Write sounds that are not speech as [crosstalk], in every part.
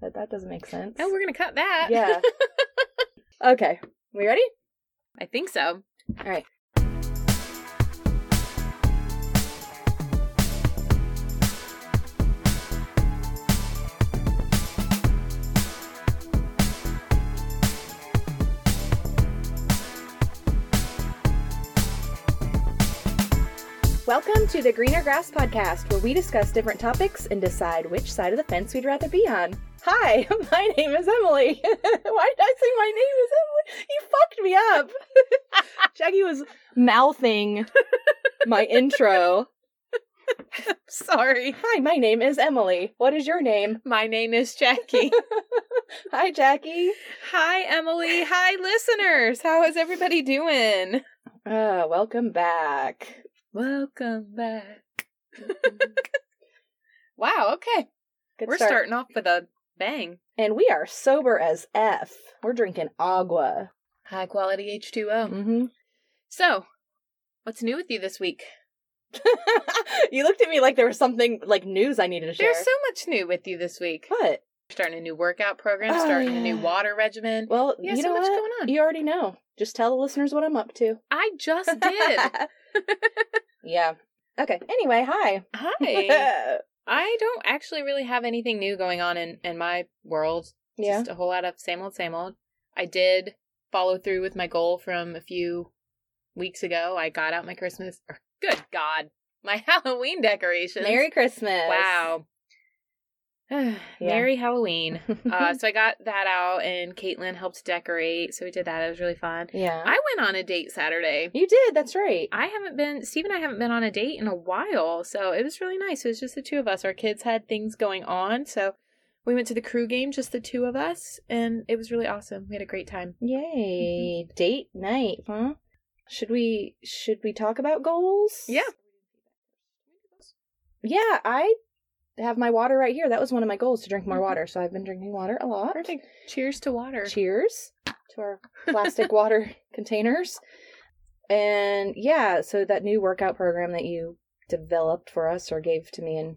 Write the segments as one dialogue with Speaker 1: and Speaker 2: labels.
Speaker 1: That that doesn't make sense.
Speaker 2: No, we're gonna cut that. [laughs]
Speaker 1: Yeah. okay. We ready?
Speaker 2: I think so.
Speaker 1: All right. Welcome to the Greener Grass Podcast, where we discuss different topics and decide which side of the fence we'd rather be on. Hi, [laughs] my name is Emily. [laughs] Why did I say my name is Emily? You fucked me up. [laughs] Jackie was mouthing
Speaker 2: [laughs]
Speaker 1: my intro.
Speaker 2: Sorry.
Speaker 1: Hi, my name is Emily. What is your name?
Speaker 2: My name is Jackie.
Speaker 1: [laughs] Hi, Jackie.
Speaker 2: Hi, Emily. Hi, listeners. How is everybody doing?
Speaker 1: Uh, welcome
Speaker 2: [laughs]
Speaker 1: back.
Speaker 2: Welcome back. Wow. Okay.
Speaker 1: Good
Speaker 2: we're
Speaker 1: start.
Speaker 2: starting off with a bang.
Speaker 1: And we are sober as F. We're drinking agua.
Speaker 2: High quality H2O.
Speaker 1: Mm-hmm.
Speaker 2: So, what's new with you this week?
Speaker 1: [laughs] you looked at me like there was something like news I needed to share.
Speaker 2: There's so much new with you this week.
Speaker 1: what?
Speaker 2: Starting a new workout program,
Speaker 1: Oh,
Speaker 2: starting
Speaker 1: [sighs]
Speaker 2: a new
Speaker 1: yeah.
Speaker 2: water regimen.
Speaker 1: Well,
Speaker 2: Yeah,
Speaker 1: you
Speaker 2: so
Speaker 1: know
Speaker 2: much
Speaker 1: what?
Speaker 2: going on.
Speaker 1: You already know. Just tell the listeners what I'm up to.
Speaker 2: I just
Speaker 1: [laughs]
Speaker 2: did.
Speaker 1: yeah. Okay. Anyway, hi. [laughs]
Speaker 2: Hi. I don't actually really have anything new going on in, in my world.
Speaker 1: yeah.
Speaker 2: Just a whole lot of same old, same old. I did follow through with my goal from a few weeks ago. I got out my Christmas, or, good God, my [laughs] Halloween decorations.
Speaker 1: Merry Christmas. [laughs]
Speaker 2: Wow. [sighs] Merry Halloween.
Speaker 1: Mm-hmm.
Speaker 2: uh, so I got that out, and Caitlin helped decorate. So we did that. It was really fun.
Speaker 1: yeah.
Speaker 2: I went on a date Saturday.
Speaker 1: you did. That's right.
Speaker 2: I haven't been Steve and I haven't been on a date in a while, so it was really nice. It was just the two of us. Our kids had things going on, so we went to the crew game, just the two of us, and it was really awesome. We had a great time.
Speaker 1: Yay. Date night, huh? Should we should we talk about goals?
Speaker 2: Yeah.
Speaker 1: Yeah, I have my water right here. That was one of my goals to drink more
Speaker 2: Mhm.
Speaker 1: water, so I've been drinking water a lot.
Speaker 2: Perfect. Cheers to water.
Speaker 1: Cheers to our plastic water [laughs] containers. And yeah, so that new workout program that you developed for us or gave to me and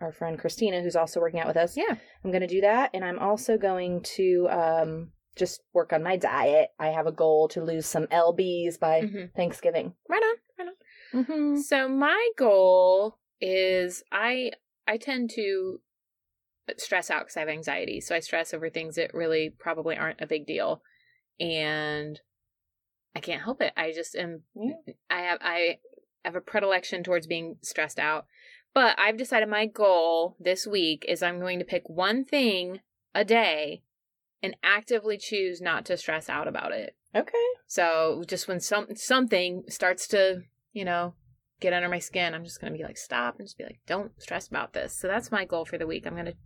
Speaker 1: our friend Christina, who's also working out with us.
Speaker 2: Yeah.
Speaker 1: I'm going to do that. And I'm also going to um, just work on my diet. I have a goal to lose some LBs by
Speaker 2: Mhm.
Speaker 1: Thanksgiving.
Speaker 2: Right on. Right on.
Speaker 1: Mm.
Speaker 2: So my goal is I I tend to uh, stress out because I have anxiety, so I stress over things that really probably aren't a big deal, and I can't help it. I just am
Speaker 1: Yeah.
Speaker 2: I have I have a predilection towards being stressed out. But I've decided my goal this week is I'm going to pick one thing a day and actively choose not to stress out about it.
Speaker 1: Okay.
Speaker 2: So just when some something starts to, you know, get under my skin, I'm just going to be like stop and just be like don't stress about this. So that's my goal for the week. I'm going to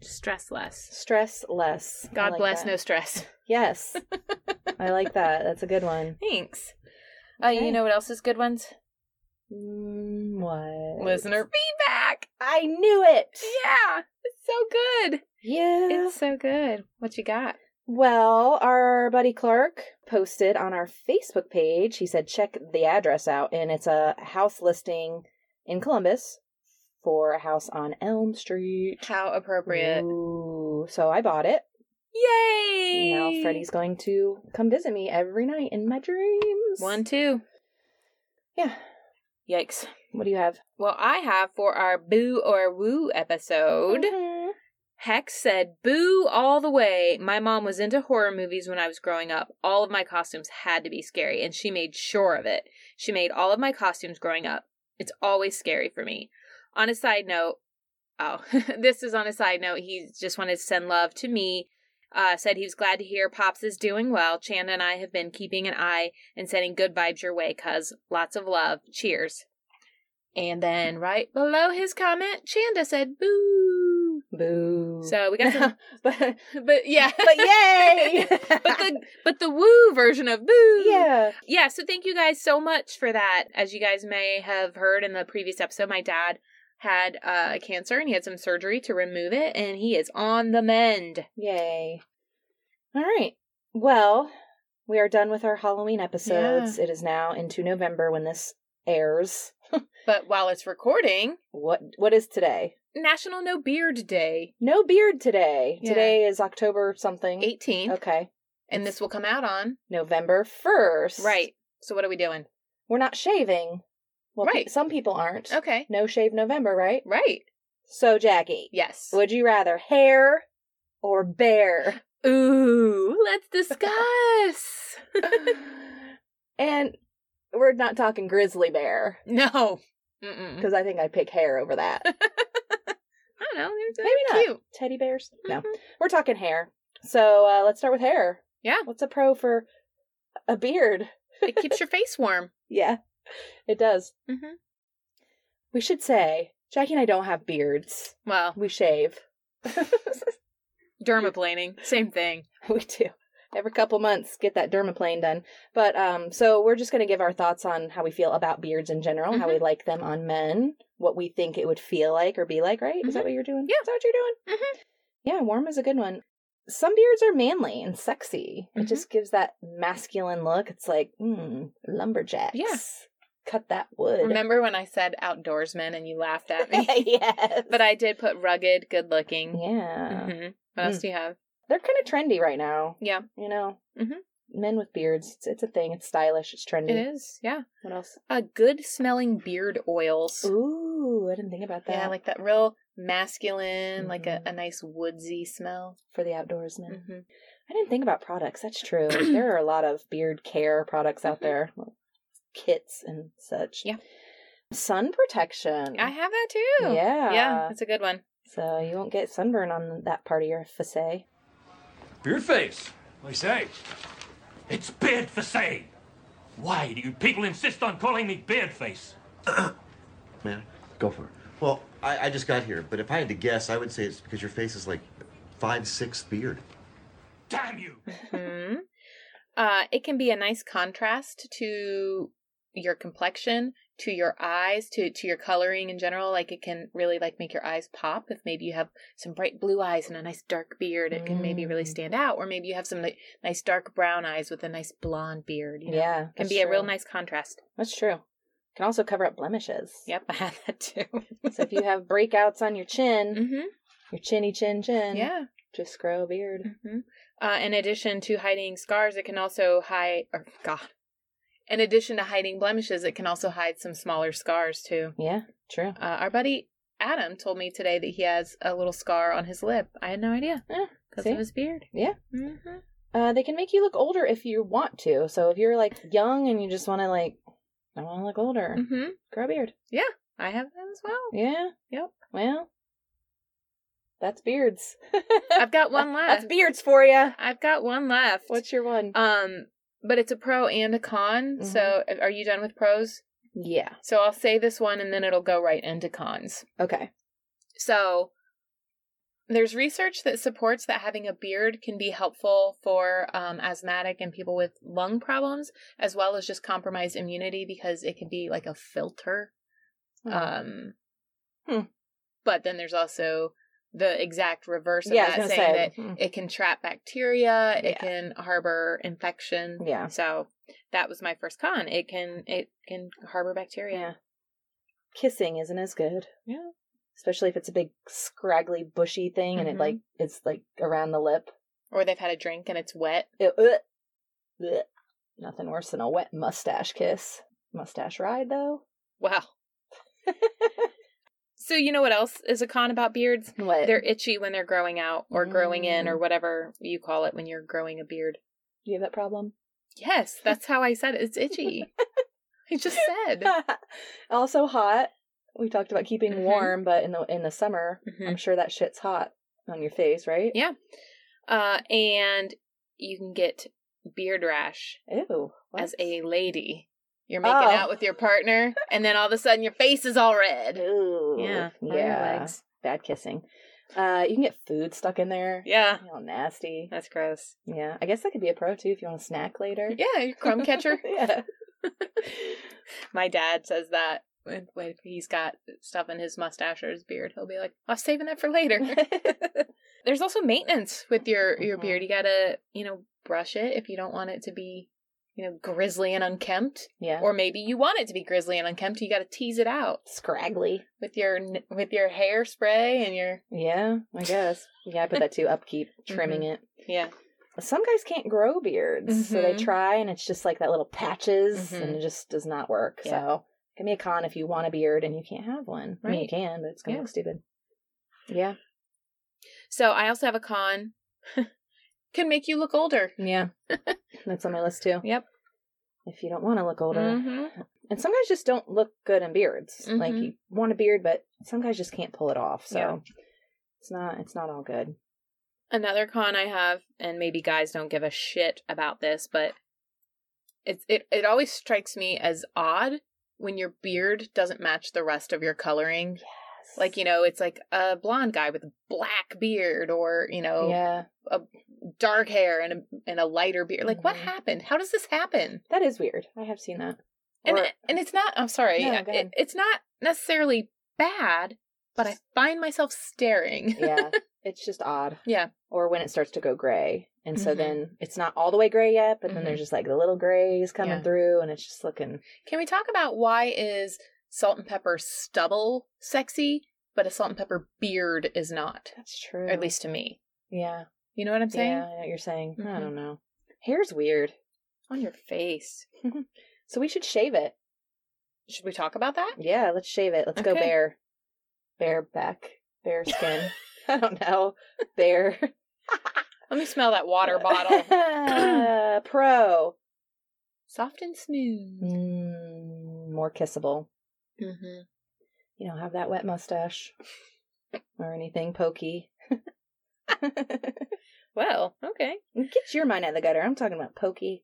Speaker 2: stress less.
Speaker 1: Stress less. I
Speaker 2: God
Speaker 1: like
Speaker 2: bless
Speaker 1: that. [laughs]
Speaker 2: no stress. [laughs]
Speaker 1: Yes. I like that. That's a good one.
Speaker 2: Thanks. Uh,
Speaker 1: Okay.
Speaker 2: you know what else is good ones?
Speaker 1: Mm, what?
Speaker 2: Listener feedback.
Speaker 1: I knew it.
Speaker 2: Yeah. It's so good.
Speaker 1: Yeah.
Speaker 2: It's so good. What you got?
Speaker 1: Well, our buddy Clark posted on our Facebook page. He said, check the address out, and it's a house listing in Columbus for a house on Elm Street.
Speaker 2: How appropriate.
Speaker 1: Ooh, so I bought it.
Speaker 2: Yay!
Speaker 1: Now Freddie's going to come visit me every night in my dreams.
Speaker 2: One, two.
Speaker 1: Yeah.
Speaker 2: Yikes.
Speaker 1: What do you have?
Speaker 2: Well, I have for our boo or woo episode.
Speaker 1: Mhm.
Speaker 2: Hex said, Boo all the way. My mom was into horror movies when I was growing up. All of my costumes had to be scary, and she made sure of it. She made all of my costumes growing up. It's always scary for me. On a side note, oh, [laughs] this is on a side note. He just wanted to send love to me. Uh, said he was glad to hear Pops is doing well. Chanda and I have been keeping an eye and sending good vibes your way, cuz lots of love. Cheers. And then right below his comment, Chanda said, Boo.
Speaker 1: Boo. [laughs]
Speaker 2: So we got [laughs] some,
Speaker 1: but,
Speaker 2: but yeah,
Speaker 1: but yay!
Speaker 2: but the [laughs] but the woo version of boo.
Speaker 1: [laughs] yeah.
Speaker 2: yeah. So thank you guys so much for that. As you guys may have heard in the previous episode, my dad had uh, cancer and he had some surgery to remove it, and he is on the mend.
Speaker 1: Yay. All right. Well, we are done with our Halloween episodes. It is now into November when this airs.
Speaker 2: But while it's recording,
Speaker 1: What what is today?
Speaker 2: National No Beard Day
Speaker 1: No beard today.
Speaker 2: Yeah.
Speaker 1: Today is October something.
Speaker 2: 18th,
Speaker 1: Okay.
Speaker 2: and this will come out on.
Speaker 1: November 1st.
Speaker 2: Right. So what are we doing?
Speaker 1: We're not shaving. Well, pe-
Speaker 2: Right.
Speaker 1: some people aren't.
Speaker 2: Okay.
Speaker 1: No shave November, right?
Speaker 2: Right.
Speaker 1: So, Jackie,
Speaker 2: Yes.
Speaker 1: would you rather hair or
Speaker 2: [laughs]
Speaker 1: bear?
Speaker 2: Ooh, let's discuss.
Speaker 1: and we're not talking grizzly bear
Speaker 2: [laughs] no. Mm-mm.
Speaker 1: because
Speaker 2: Mm-hmm.
Speaker 1: I think I pick hair over that.
Speaker 2: I don't know. They're,
Speaker 1: Maybe
Speaker 2: they're
Speaker 1: not.
Speaker 2: cute.
Speaker 1: Teddy bears? No.
Speaker 2: Mhm.
Speaker 1: We're talking hair. So, uh, let's start with hair.
Speaker 2: Yeah.
Speaker 1: What's a pro for a beard?
Speaker 2: It keeps your face warm.
Speaker 1: Yeah, [laughs] it does.
Speaker 2: Mhm.
Speaker 1: We should say Jackie and I don't have beards. [laughs]
Speaker 2: Well,
Speaker 1: We shave.
Speaker 2: dermaplaning,
Speaker 1: [laughs]
Speaker 2: same thing.
Speaker 1: we do. Every couple months, get that dermaplane done. But um, so we're just going to give our thoughts on how we feel about beards in general, how
Speaker 2: Mm-hmm.
Speaker 1: we like them on men, what we think it would feel like or be like. Right? Is that what you're doing?
Speaker 2: Mm-hmm. Yeah.
Speaker 1: Is that what you're doing?
Speaker 2: Mhm.
Speaker 1: Yeah, warm is a good one. Some beards are manly and sexy.
Speaker 2: Mm-hmm.
Speaker 1: It just gives that masculine look. It's like mm, lumberjacks.
Speaker 2: Yeah.
Speaker 1: Cut that wood. [laughs]
Speaker 2: Remember when I said outdoorsman and you laughed at me?
Speaker 1: yes.
Speaker 2: but I did put rugged, good looking.
Speaker 1: Yeah. Mm.
Speaker 2: hmm What else do you have?
Speaker 1: They're kind of trendy right now.
Speaker 2: Yeah.
Speaker 1: You know?
Speaker 2: Mhm.
Speaker 1: Men with beards. It's, it's a thing. It's stylish. It's trendy.
Speaker 2: It is, yeah.
Speaker 1: What else?
Speaker 2: Uh, good smelling beard oils.
Speaker 1: Ooh, I didn't think about that.
Speaker 2: Yeah, like that real masculine, like a,
Speaker 1: Mhm.
Speaker 2: a nice woodsy smell.
Speaker 1: for the outdoorsman.
Speaker 2: Mm-hmm.
Speaker 1: I didn't think about products. That's
Speaker 2: [clears throat]
Speaker 1: true. there are a lot of beard care products out
Speaker 2: Mhm.
Speaker 1: there, little kits and such.
Speaker 2: Yeah.
Speaker 1: Sun protection.
Speaker 2: I have that too.
Speaker 1: Yeah.
Speaker 2: Yeah, that's a good one.
Speaker 1: So you won't get sunburn on that part of your face.
Speaker 3: Beard face.
Speaker 4: I say?
Speaker 3: It's Beard Face. Why do you people insist on calling me Beard Face?
Speaker 4: Man,
Speaker 5: Go for it.
Speaker 4: well, I, I just got here, but if I had to guess, I would say it's because your face is like five sixth beard.
Speaker 3: Damn you!
Speaker 2: hmm Uh, it can be a nice contrast to your complexion, to your eyes, to to your coloring in general. Like it can really like make your eyes pop if maybe you have some bright blue eyes and a nice dark beard. It can maybe really
Speaker 1: Mm.
Speaker 2: stand out, or maybe you have some like, nice dark brown eyes with a nice blonde beard. You know?
Speaker 1: Yeah.
Speaker 2: It can
Speaker 1: that's
Speaker 2: be a real
Speaker 1: true.
Speaker 2: nice contrast.
Speaker 1: That's true. Can also cover up blemishes.
Speaker 2: Yep, I had that too.
Speaker 1: [laughs] So if you have breakouts on your chin,
Speaker 2: [laughs] mm-hmm.
Speaker 1: your chinny chin chin,
Speaker 2: Yeah.
Speaker 1: just grow a beard.
Speaker 2: hmm Uh, in addition to hiding scars, it can also hide. Or God, in addition to hiding blemishes, it can also hide some smaller scars too.
Speaker 1: Yeah, true.
Speaker 2: Uh, our buddy Adam told me today that he has a little scar on his lip. I had no idea
Speaker 1: Yeah,
Speaker 2: because
Speaker 1: see?
Speaker 2: of his beard.
Speaker 1: Yeah.
Speaker 2: hmm
Speaker 1: Uh, they can make you look older if you want to. So if you're like young and you just want to like, I want to look older,
Speaker 2: hmm
Speaker 1: grow a beard.
Speaker 2: I have that as well.
Speaker 1: Yeah.
Speaker 2: Yep.
Speaker 1: Well, that's beards.
Speaker 2: [laughs]
Speaker 1: [laughs]
Speaker 2: I've got one
Speaker 1: that's
Speaker 2: left.
Speaker 1: beards for you.
Speaker 2: I've got one left.
Speaker 1: What's your one?
Speaker 2: um, but it's a pro and a con. So,
Speaker 1: Mm-hmm.
Speaker 2: are you done with pros?
Speaker 1: yeah.
Speaker 2: So I'll say this one, and then it'll go right into cons.
Speaker 1: Okay.
Speaker 2: So there's research that supports that having a beard can be helpful for um, asthmatic and people with lung problems, as well as just compromised immunity because it can be like a filter.
Speaker 1: Uh,
Speaker 2: Um,
Speaker 1: Hmm.
Speaker 2: But then there's also the exact reverse of
Speaker 1: yeah. I
Speaker 2: that,
Speaker 1: was
Speaker 2: saying
Speaker 1: gonna say.
Speaker 2: that
Speaker 1: mm,
Speaker 2: it can trap bacteria,
Speaker 1: Yeah.
Speaker 2: it can harbor infection.
Speaker 1: Yeah.
Speaker 2: So that was my first con. It can it can harbor
Speaker 1: Yeah.
Speaker 2: bacteria.
Speaker 1: Kissing isn't as good.
Speaker 2: Yeah.
Speaker 1: Especially if it's a big scraggly bushy thing and it
Speaker 2: Mhm.
Speaker 1: like it's like around the lip.
Speaker 2: Or they've had a drink and it's wet.
Speaker 1: Ew, ugh. Blech. Nothing worse than a wet mustache kiss. Mustache ride though. [laughs]
Speaker 2: Wow. so you know what else is a con about beards?
Speaker 1: What?
Speaker 2: They're itchy when they're growing out or growing in or
Speaker 1: Mm.
Speaker 2: whatever you call it when you're growing a beard.
Speaker 1: Do you have that problem?
Speaker 2: Yes, that's how I said it.
Speaker 1: [laughs]
Speaker 2: It's itchy. I just said.
Speaker 1: also hot. We talked about keeping
Speaker 2: Mhm.
Speaker 1: warm, but in the in the summer,
Speaker 2: Mhm.
Speaker 1: I'm sure that shit's hot on your face, right?
Speaker 2: [laughs] Yeah. Uh, and you can get beard rash
Speaker 1: Ew. what?
Speaker 2: as a lady. You're making
Speaker 1: Oh.
Speaker 2: out with your partner, and then all of a sudden your face is all red.
Speaker 1: Ew.
Speaker 2: Yeah. on your
Speaker 1: Yeah.
Speaker 2: legs.
Speaker 1: Bad kissing. Uh, you can get food stuck in there.
Speaker 2: Yeah.
Speaker 1: You know, nasty.
Speaker 2: That's gross.
Speaker 1: Yeah. I guess that could be a pro too if you want to snack later. [laughs]
Speaker 2: Yeah, your crumb catcher. [laughs]
Speaker 1: yeah.
Speaker 2: My dad says that when, when he's got stuff in his mustache or his beard, he'll be like, "I'm saving that
Speaker 1: [laughs]
Speaker 2: for later." There's also maintenance with your your
Speaker 1: Mhm.
Speaker 2: beard. You gotta you know brush it if you don't want it to be you know, grisly and unkempt.
Speaker 1: Yeah.
Speaker 2: Or maybe you want it to be grisly and unkempt. You got to tease it out
Speaker 1: Scraggly.
Speaker 2: with your n- with your hairspray and your
Speaker 1: Yeah, I guess. Yeah, I
Speaker 2: [laughs]
Speaker 1: put that to upkeep, trimming
Speaker 2: Mm-hmm.
Speaker 1: it.
Speaker 2: yeah.
Speaker 1: Some guys can't grow beards, so they
Speaker 2: Mhm.
Speaker 1: try, and it's just like that little patches, and
Speaker 2: Mhm.
Speaker 1: it just does not work.
Speaker 2: Yeah.
Speaker 1: So give me a con if you want a beard and you can't have one. I mean, you
Speaker 2: Right.
Speaker 1: can, but it's gonna
Speaker 2: Yeah.
Speaker 1: look stupid. Yeah,
Speaker 2: So I also have a con. [laughs] Can make you look older. [laughs]
Speaker 1: yeah, that's on my list too.
Speaker 2: Yep.
Speaker 1: If you don't want to look older,
Speaker 2: hmm
Speaker 1: and some guys just don't look good in beards. Like
Speaker 2: Mhm.
Speaker 1: you want a beard, but some guys just can't pull it off. So
Speaker 2: Yeah.
Speaker 1: it's not it's not all good.
Speaker 2: Another con I have, and maybe guys don't give a shit about this, but it's it it always strikes me as odd when your beard doesn't match the rest of your coloring. Like you know, it's like a blonde guy with a black beard, or you know,
Speaker 1: yeah,
Speaker 2: dark hair and a and a lighter beard. Like what
Speaker 1: Mhm.
Speaker 2: happened? How does this happen?
Speaker 1: that is weird. I have seen that.
Speaker 2: And
Speaker 1: Or-
Speaker 2: and it's not. I'm sorry.
Speaker 1: No, go ahead.
Speaker 2: it, it's not necessarily bad, but I find myself staring. [laughs]
Speaker 1: yeah it's just odd
Speaker 2: Yeah.
Speaker 1: or when it starts to go gray and so
Speaker 2: Mhm.
Speaker 1: then it's not all the way gray yet but then
Speaker 2: Mhm.
Speaker 1: there's just like the little grays coming
Speaker 2: Yeah.
Speaker 1: through and it's just looking
Speaker 2: Can we talk about why is salt and pepper stubble sexy, but a salt and pepper beard is not?
Speaker 1: that's true
Speaker 2: Or at least to me.
Speaker 1: yeah
Speaker 2: You know what I'm saying?
Speaker 1: yeah i know what you're saying i
Speaker 2: Mhm.
Speaker 1: don't know hair's weird [laughs]
Speaker 2: On your face.
Speaker 1: so we should shave it
Speaker 2: Should we talk about that?
Speaker 1: yeah let's shave it let's go
Speaker 2: Okay.
Speaker 1: bare bare back bare
Speaker 2: [laughs]
Speaker 1: skin [laughs] i don't know bare
Speaker 2: Let me smell that [laughs] water bottle.
Speaker 1: [laughs]
Speaker 2: [clears throat]
Speaker 1: Uh, pro
Speaker 2: Soft and smooth.
Speaker 1: mm, more kissable
Speaker 2: Mm-hmm.
Speaker 1: you know, have that wet mustache or anything pokey. [laughs] Get
Speaker 2: Well, okay.
Speaker 1: your mind out of the gutter. I'm talking about pokey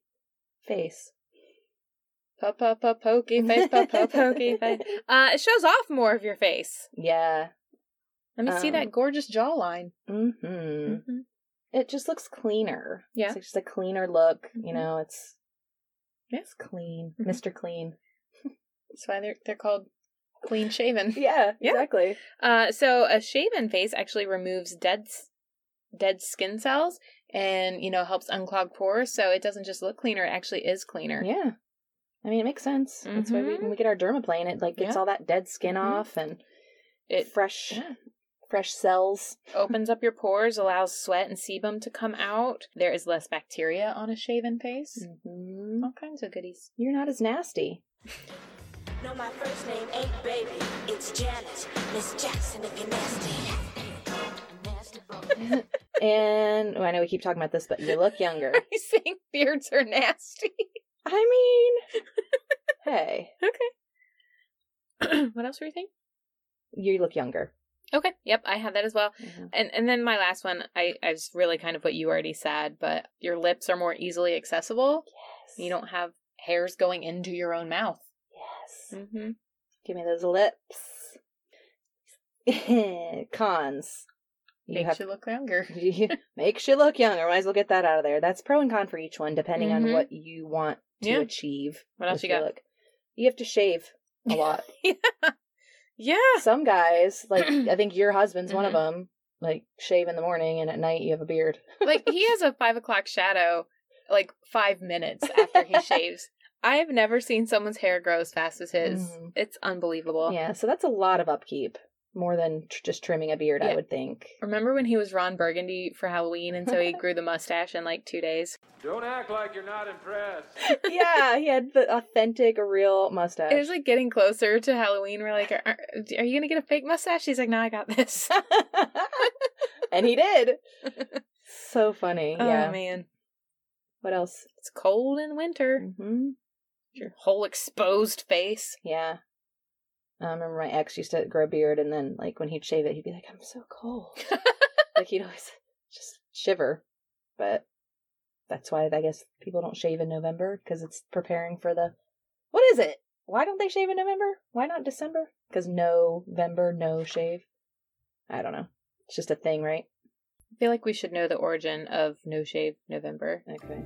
Speaker 1: face.
Speaker 2: Pa pa pa pokey face, pa
Speaker 1: [laughs]
Speaker 2: [laughs] pa pokey face. Uh, it shows off more of your face.
Speaker 1: Yeah.
Speaker 2: Let me see
Speaker 1: Um,
Speaker 2: that gorgeous jawline.
Speaker 1: Mm-hmm.
Speaker 2: Mhm.
Speaker 1: It just looks cleaner.
Speaker 2: Yeah.
Speaker 1: It's like just a cleaner look. You
Speaker 2: Mhm.
Speaker 1: know, it's
Speaker 2: Yeah.
Speaker 1: it's clean.
Speaker 2: Mhm.
Speaker 1: Mr. Clean. [laughs]
Speaker 2: That's why they're they're called clean shaven.
Speaker 1: Yeah,
Speaker 2: Yeah.
Speaker 1: exactly.
Speaker 2: Uh, so a shaven face actually removes dead s- dead skin cells and you know helps unclog pores so it doesn't just look cleaner it actually is cleaner
Speaker 1: Yeah. I mean, it makes sense. That's why we,
Speaker 2: Mhm.
Speaker 1: when we get our dermaplane, it like gets
Speaker 2: Yeah.
Speaker 1: all that dead skin
Speaker 2: Mhm.
Speaker 1: off and
Speaker 2: it
Speaker 1: [laughs] fresh,
Speaker 2: yeah.
Speaker 1: fresh cells.
Speaker 2: opens up your pores allows sweat and sebum to come out there is less bacteria on a shaven face
Speaker 1: hmm
Speaker 2: all kinds of goodies [laughs]
Speaker 1: You're not as nasty.
Speaker 5: No, my first name ain't baby. It's Janice. Miss Jackson, if you're nasty. Nasty boy.
Speaker 1: and well, I know we keep talking about this, but you look younger.
Speaker 2: [laughs] i think beards are nasty [laughs]
Speaker 1: I mean, hey,
Speaker 2: [clears throat] what else were you thinking
Speaker 1: you look younger.
Speaker 2: okay yep i have that as well
Speaker 1: Mhm.
Speaker 2: and and then my last one i i was really kind of what you already said but your lips are more easily accessible You don't have hairs going into your own mouth.
Speaker 1: Yes.
Speaker 2: Mm-hmm.
Speaker 1: Give me those lips. [laughs] Cons. You
Speaker 2: Makes
Speaker 1: have
Speaker 2: you look younger.
Speaker 1: makes [laughs] you [laughs] look younger. Might as well get that out of there. That's pro and con for each one, depending on
Speaker 2: Mhm.
Speaker 1: what you want to
Speaker 2: Yeah.
Speaker 1: achieve.
Speaker 2: What else
Speaker 1: with
Speaker 2: you
Speaker 1: your
Speaker 2: got?
Speaker 1: look. You have to shave
Speaker 2: [laughs]
Speaker 1: a lot.
Speaker 2: Yeah.
Speaker 1: Some guys,
Speaker 2: [clears throat]
Speaker 1: like I think your husband's one of
Speaker 2: Mm-hmm.
Speaker 1: them, like shave in the morning and at night you have a beard.
Speaker 2: [laughs] Like he has [laughs] a five o'clock shadow like five minutes after [laughs] he shaves. Mm-hmm. I have never seen someone's hair grow as fast as his.
Speaker 1: Mhm.
Speaker 2: It's unbelievable.
Speaker 1: Yeah, so that's a lot of upkeep, more than tr- just trimming a beard, I
Speaker 2: Yeah.
Speaker 1: would think.
Speaker 2: Remember when he was Ron Burgundy for Halloween and so he grew the mustache in like two [laughs] days?
Speaker 6: [laughs] Don't act like you're not impressed.
Speaker 1: [laughs] yeah, he had the authentic, real mustache.
Speaker 2: It was like getting closer to Halloween. We're like, are, are are you going to get a fake mustache? He's like, no, I got this. [laughs]
Speaker 1: [laughs] and he did. [laughs] so funny. yeah.
Speaker 2: Oh, man.
Speaker 1: What else?
Speaker 2: It's cold in winter.
Speaker 1: hmm
Speaker 2: Your whole exposed face.
Speaker 1: Yeah. I remember my ex used to grow a beard, and then like when he'd shave it, he'd be like, "I'm so cold." like he'd always just shiver. But that's why I guess people don't shave in November because it's preparing for the. What is it? Why don't they shave in November? Why not December? Because November, no shave. I don't know. It's just a thing, right?
Speaker 2: I feel like we should know the origin of No Shave November.
Speaker 1: Okay.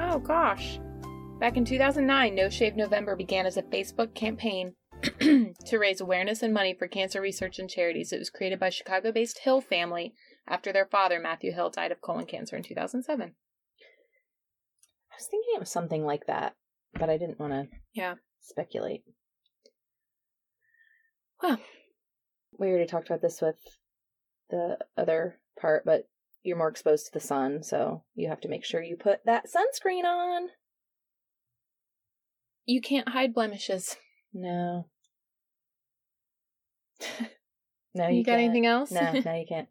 Speaker 2: Oh gosh. Back in 2009, No Shave November began as a Facebook campaign [clears throat] to raise awareness and money for cancer research and charities. It was created by Chicago based Hill family after their father, Matthew Hill, died of colon cancer in 2007.
Speaker 1: I was thinking it was something like that, but I didn't want to
Speaker 2: Yeah.
Speaker 1: speculate.
Speaker 2: Well.
Speaker 1: we already talked about this with the other part, but you're more exposed to the sun, so you have to make sure you put that sunscreen on.
Speaker 2: You can't hide blemishes.
Speaker 1: No.
Speaker 2: [laughs]
Speaker 1: No,
Speaker 2: you,
Speaker 1: you,
Speaker 2: got
Speaker 1: can't.
Speaker 2: anything else?
Speaker 1: No, no, you can't.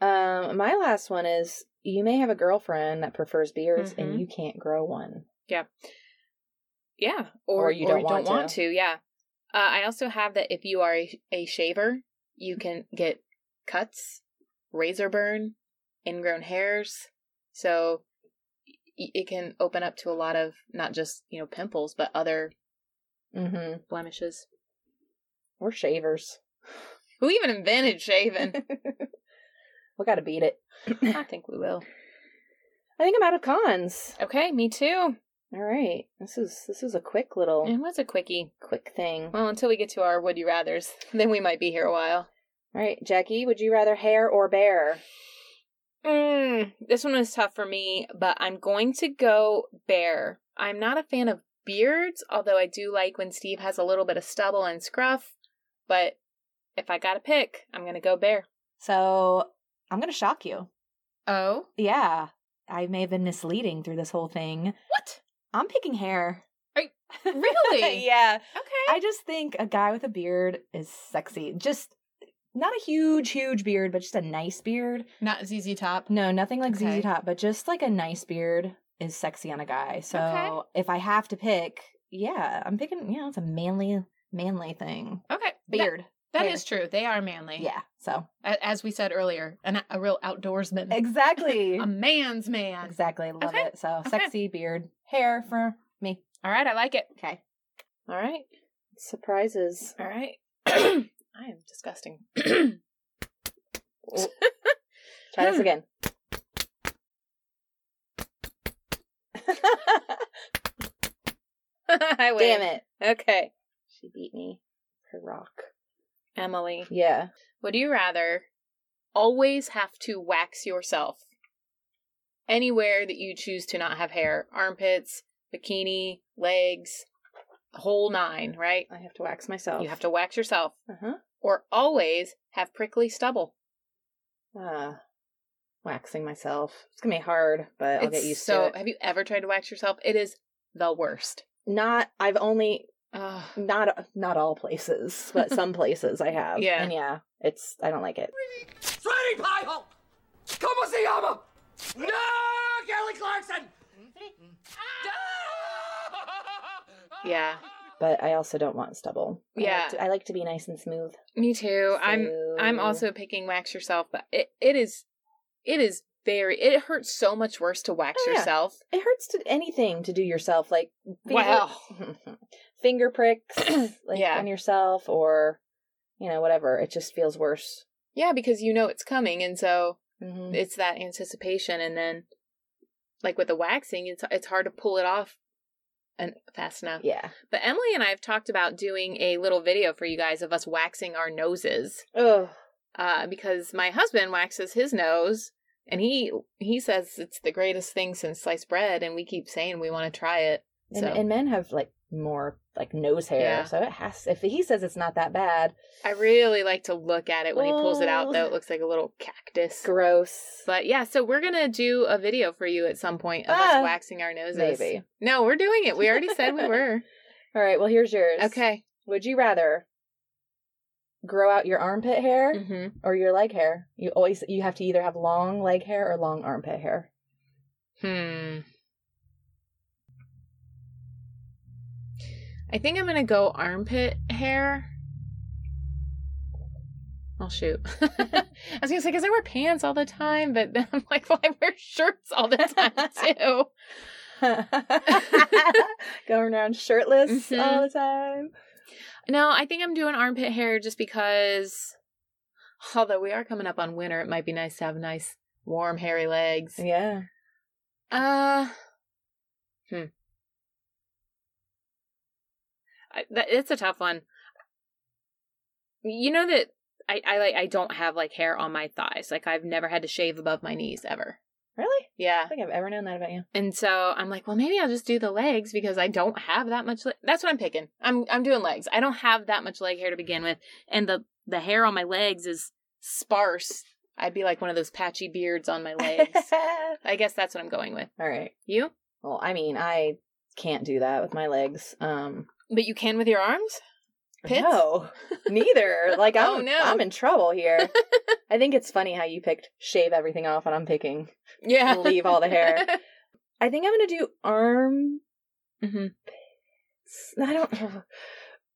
Speaker 1: Um, my last one is you may have a girlfriend that prefers beards and
Speaker 2: Mhm.
Speaker 1: you can't grow one.
Speaker 2: Yeah, or,
Speaker 1: Or you don't want
Speaker 2: want
Speaker 1: to.
Speaker 2: to. Yeah, uh, I also have that if you are a, a shaver, you can get cuts, razor burn, ingrown hairs. So y- it can open up to a lot of not just you know pimples, but other
Speaker 1: Mm-hmm.
Speaker 2: blemishes.
Speaker 1: We're shavers.
Speaker 2: Who even invented shaving?
Speaker 1: [laughs] We gotta beat it.
Speaker 2: I think we will.
Speaker 1: I think I'm out of cons.
Speaker 2: Okay, me too.
Speaker 1: All right. This is this was a quick little
Speaker 2: It was a quickie.
Speaker 1: quick thing. All
Speaker 2: Well, until we get to our would you rather's, [laughs] then we might be here a while.
Speaker 1: right, Jackie, would you rather hair or bear?
Speaker 2: Mm, this one was tough for me, but I'm going to go bear. I'm not a fan of beards, although I do like when Steve has a little bit of stubble and scruff. But if I got to pick, I'm going to go bear.
Speaker 1: So I'm gonna shock you.
Speaker 2: Oh,
Speaker 1: Yeah. I may have been misleading through this whole thing.
Speaker 2: what?
Speaker 1: I'm picking hair.
Speaker 2: Are
Speaker 1: [laughs]
Speaker 2: you- really?
Speaker 1: yeah.
Speaker 2: Okay.
Speaker 1: I just think a guy with a beard is sexy. Just not a huge, huge beard, but just a nice beard.
Speaker 2: not ZZ Top.
Speaker 1: No, nothing like
Speaker 2: Okay.
Speaker 1: ZZ Top, but just like a nice beard is sexy on a guy. So
Speaker 2: Okay.
Speaker 1: if I have to pick, yeah, I'm picking. You know, it's a manly, manly thing.
Speaker 7: Okay.
Speaker 1: Beard. [laughs]
Speaker 7: That, that
Speaker 1: hair.
Speaker 7: is true. They are manly.
Speaker 1: yeah. So
Speaker 7: A- As we said earlier, an, a real
Speaker 1: [laughs]
Speaker 7: outdoorsman.
Speaker 1: exactly,
Speaker 7: A man's
Speaker 1: [laughs]
Speaker 7: man.
Speaker 1: exactly. Love
Speaker 7: Okay.
Speaker 1: it. So
Speaker 7: Okay.
Speaker 1: sexy beard, hair for me.
Speaker 7: All right. I like it.
Speaker 1: Okay.
Speaker 2: All right.
Speaker 1: Surprises.
Speaker 2: All right. [coughs] I am [coughs] disgusting. Try
Speaker 1: Try this again.
Speaker 2: I win.
Speaker 1: Damn it.
Speaker 2: Okay.
Speaker 1: She beat me. Her rock.
Speaker 2: Emily,
Speaker 1: Yeah.
Speaker 2: would you rather always have to wax yourself anywhere that you choose to not have hair armpits bikini legs whole nine right
Speaker 1: I have to wax myself.
Speaker 2: you have to wax yourself
Speaker 1: Uh-huh.
Speaker 2: or always have prickly stubble
Speaker 1: Uh, waxing myself. It's gonna be hard, but I'll
Speaker 2: It's
Speaker 1: get used
Speaker 2: so
Speaker 1: to it.
Speaker 2: have you ever tried to wax yourself it is the worst
Speaker 1: Not. I've only
Speaker 2: Ugh.
Speaker 1: not uh, not all places, but
Speaker 2: [laughs]
Speaker 1: some places I have.
Speaker 2: Yeah.
Speaker 1: And yeah, it's I don't like it.
Speaker 3: Freddy Piehole! Como se llama? No, Kelly Clarkson!
Speaker 2: yeah
Speaker 1: But I also don't want stubble. I like
Speaker 2: Yeah.
Speaker 1: to- I like to be nice and smooth.
Speaker 2: me too i'm i'm
Speaker 1: So-
Speaker 2: also picking wax yourself but it, it is it is very it hurts so much worse to wax
Speaker 1: Oh, yeah.
Speaker 2: yourself
Speaker 1: It hurts to anything to do yourself, like finger,
Speaker 2: Wow.
Speaker 1: [laughs] finger
Speaker 2: [clears throat]
Speaker 1: pricks, like
Speaker 2: Yeah.
Speaker 1: on yourself, or you know whatever. It just feels worse.
Speaker 2: Yeah, because you know it's coming, and so
Speaker 1: hmm
Speaker 2: it's that anticipation, and then like with the waxing, it's it's hard to pull it off and fast enough.
Speaker 1: Yeah.
Speaker 2: But Emily and I have talked about doing a little video for you guys of us waxing our noses,
Speaker 1: Oh.
Speaker 2: uh, because my husband waxes his nose, and he he says it's the greatest thing since sliced bread, and we keep saying we want to try it.
Speaker 1: And,
Speaker 2: so
Speaker 1: and men have like more like nose hair,
Speaker 2: Yeah.
Speaker 1: so it has. If he says it's not that bad,
Speaker 2: I really like to look at it when he pulls it out,
Speaker 1: Oh.
Speaker 2: though it looks like a little cactus.
Speaker 1: gross.
Speaker 2: But yeah, so we're gonna do a video for you at some point of
Speaker 1: Ah,
Speaker 2: us waxing our noses.
Speaker 1: Maybe.
Speaker 2: No, we're doing it. We already said we were.
Speaker 1: All right. Well, here's yours.
Speaker 2: Okay.
Speaker 1: Would you rather grow out your armpit hair
Speaker 2: hmm
Speaker 1: or your leg hair? You always you have to either have long leg hair or long armpit
Speaker 2: [laughs]
Speaker 1: hair.
Speaker 2: Hmm. I think I'm gonna go armpit hair. Oh shoot! [laughs] I was gonna say because I wear pants all the time, but [laughs] then I'm like, well, I wear shirts all the time too.
Speaker 1: Going around shirtless
Speaker 2: Mhm.
Speaker 1: all the time.
Speaker 2: No, I think I'm doing armpit hair just because. Although we are coming up on winter, it might be nice to have nice, warm, hairy legs.
Speaker 1: Yeah.
Speaker 2: Uh, hmm. I, that, it's a tough one. You know that I, I like I don't have like hair on my thighs. Like I've never had to shave above my knees ever.
Speaker 1: Really? I
Speaker 2: Yeah.
Speaker 1: don't think I've ever known that about you.
Speaker 2: And so I'm like, well, maybe I'll just do the legs because I don't have that much. Le- That's what I'm picking. I'm I'm doing legs. I don't have that much leg hair to begin with, and the the hair on my legs is sparse. I'd be like one of those patchy beards on
Speaker 1: [laughs]
Speaker 2: my [laughs] legs. I guess that's what I'm going with.
Speaker 1: All right.
Speaker 2: You?
Speaker 1: Well, I mean, I can't do that with my legs. Um,
Speaker 2: But you can with your arms? Pits?
Speaker 1: No, neither. Like I'm,
Speaker 2: [laughs] Oh, no.
Speaker 1: I'm in trouble
Speaker 2: [laughs]
Speaker 1: here. I think it's funny how you picked shave everything off, and I'm picking
Speaker 2: Yeah.
Speaker 1: leave all the
Speaker 2: [laughs]
Speaker 1: hair. I think I'm gonna do arm.
Speaker 2: hmm
Speaker 1: I don't.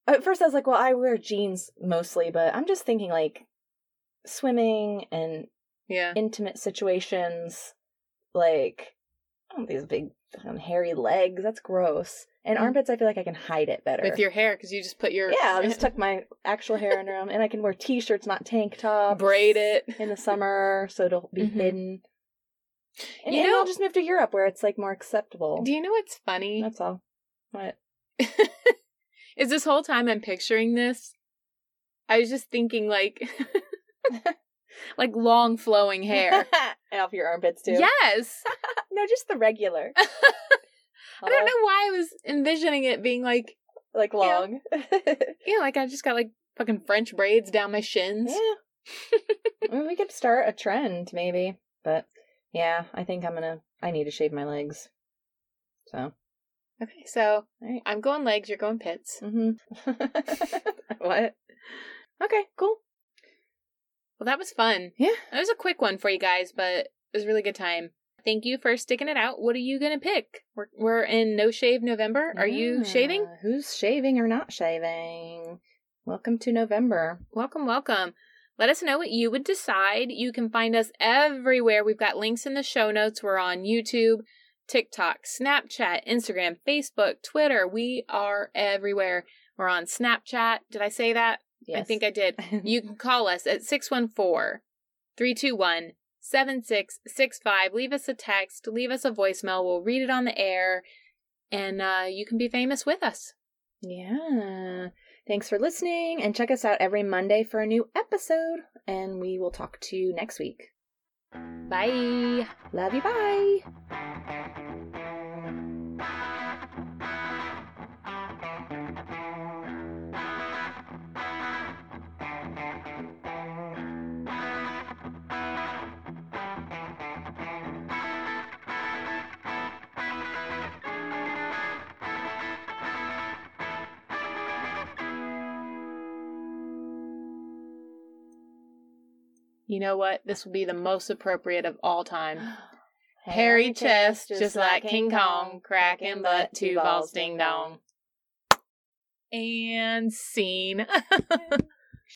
Speaker 1: At first, I was like, well, I wear jeans mostly, but I'm just thinking like swimming and
Speaker 2: Yeah.
Speaker 1: intimate situations, like I don't want these big fucking hairy legs. That's gross. And
Speaker 2: Mm.
Speaker 1: armpits, I feel like I can hide it better
Speaker 2: With your hair, because you just put your
Speaker 1: Yeah, I'll
Speaker 2: [laughs]
Speaker 1: just tuck my actual hair under them, and I can wear t-shirts, not tank tops.
Speaker 2: braid it.
Speaker 1: in the summer, so it'll be
Speaker 2: Mhm.
Speaker 1: hidden. And,
Speaker 2: You
Speaker 1: and
Speaker 2: know-
Speaker 1: I'll just move to Europe where it's like more acceptable.
Speaker 2: Do you know what's funny?
Speaker 1: That's all. [laughs] What?
Speaker 2: is this whole time I'm picturing this, I was just thinking like [laughs] like
Speaker 1: [laughs]
Speaker 2: long flowing hair.
Speaker 1: and off your armpits too.
Speaker 2: yes.
Speaker 1: No, just the [laughs] regular.
Speaker 2: I
Speaker 1: Uh-huh.
Speaker 2: don't know why I was envisioning it being like
Speaker 1: Like long. [laughs]
Speaker 2: yeah, like I just got like fucking French braids down my shins.
Speaker 1: Yeah. [laughs] I mean, we could start a trend, maybe. But yeah, I think I'm gonna. I need to shave my legs. So.
Speaker 2: Okay, so
Speaker 1: Right.
Speaker 2: I'm going legs, you're going pits.
Speaker 1: hmm mm-hmm. [laughs] what? Okay. Cool.
Speaker 2: Well that was fun.
Speaker 1: Yeah.
Speaker 2: That was a quick one for you guys, but it was a really good time. Thank you for sticking it out. What are you gonna pick? We're we're in no shave November. Are you shaving?
Speaker 1: Yeah, Who's shaving or not shaving? Welcome to November.
Speaker 2: Welcome, welcome. Let us know what you would decide. You can find us everywhere. We've got links in the show notes. We're on YouTube, TikTok, Snapchat, Instagram, Facebook, Twitter. We are everywhere. We're on Snapchat. Did I say that? I
Speaker 1: Yes. [gasps]
Speaker 2: think I did.
Speaker 1: [laughs]
Speaker 2: You can call us at 614 321 7665. Leave us a text, leave us a voicemail. We'll read it on the air, and uh, you can be famous with us.
Speaker 1: Yeah. Thanks for listening and check us out every Monday for a new episode. And we will talk to you next week.
Speaker 2: Bye.
Speaker 1: Love you. Bye.
Speaker 2: You know what? This will be the most appropriate of all time. Hairy chest, just like King Kong, cracking butt, two balls, ding dong. And scene.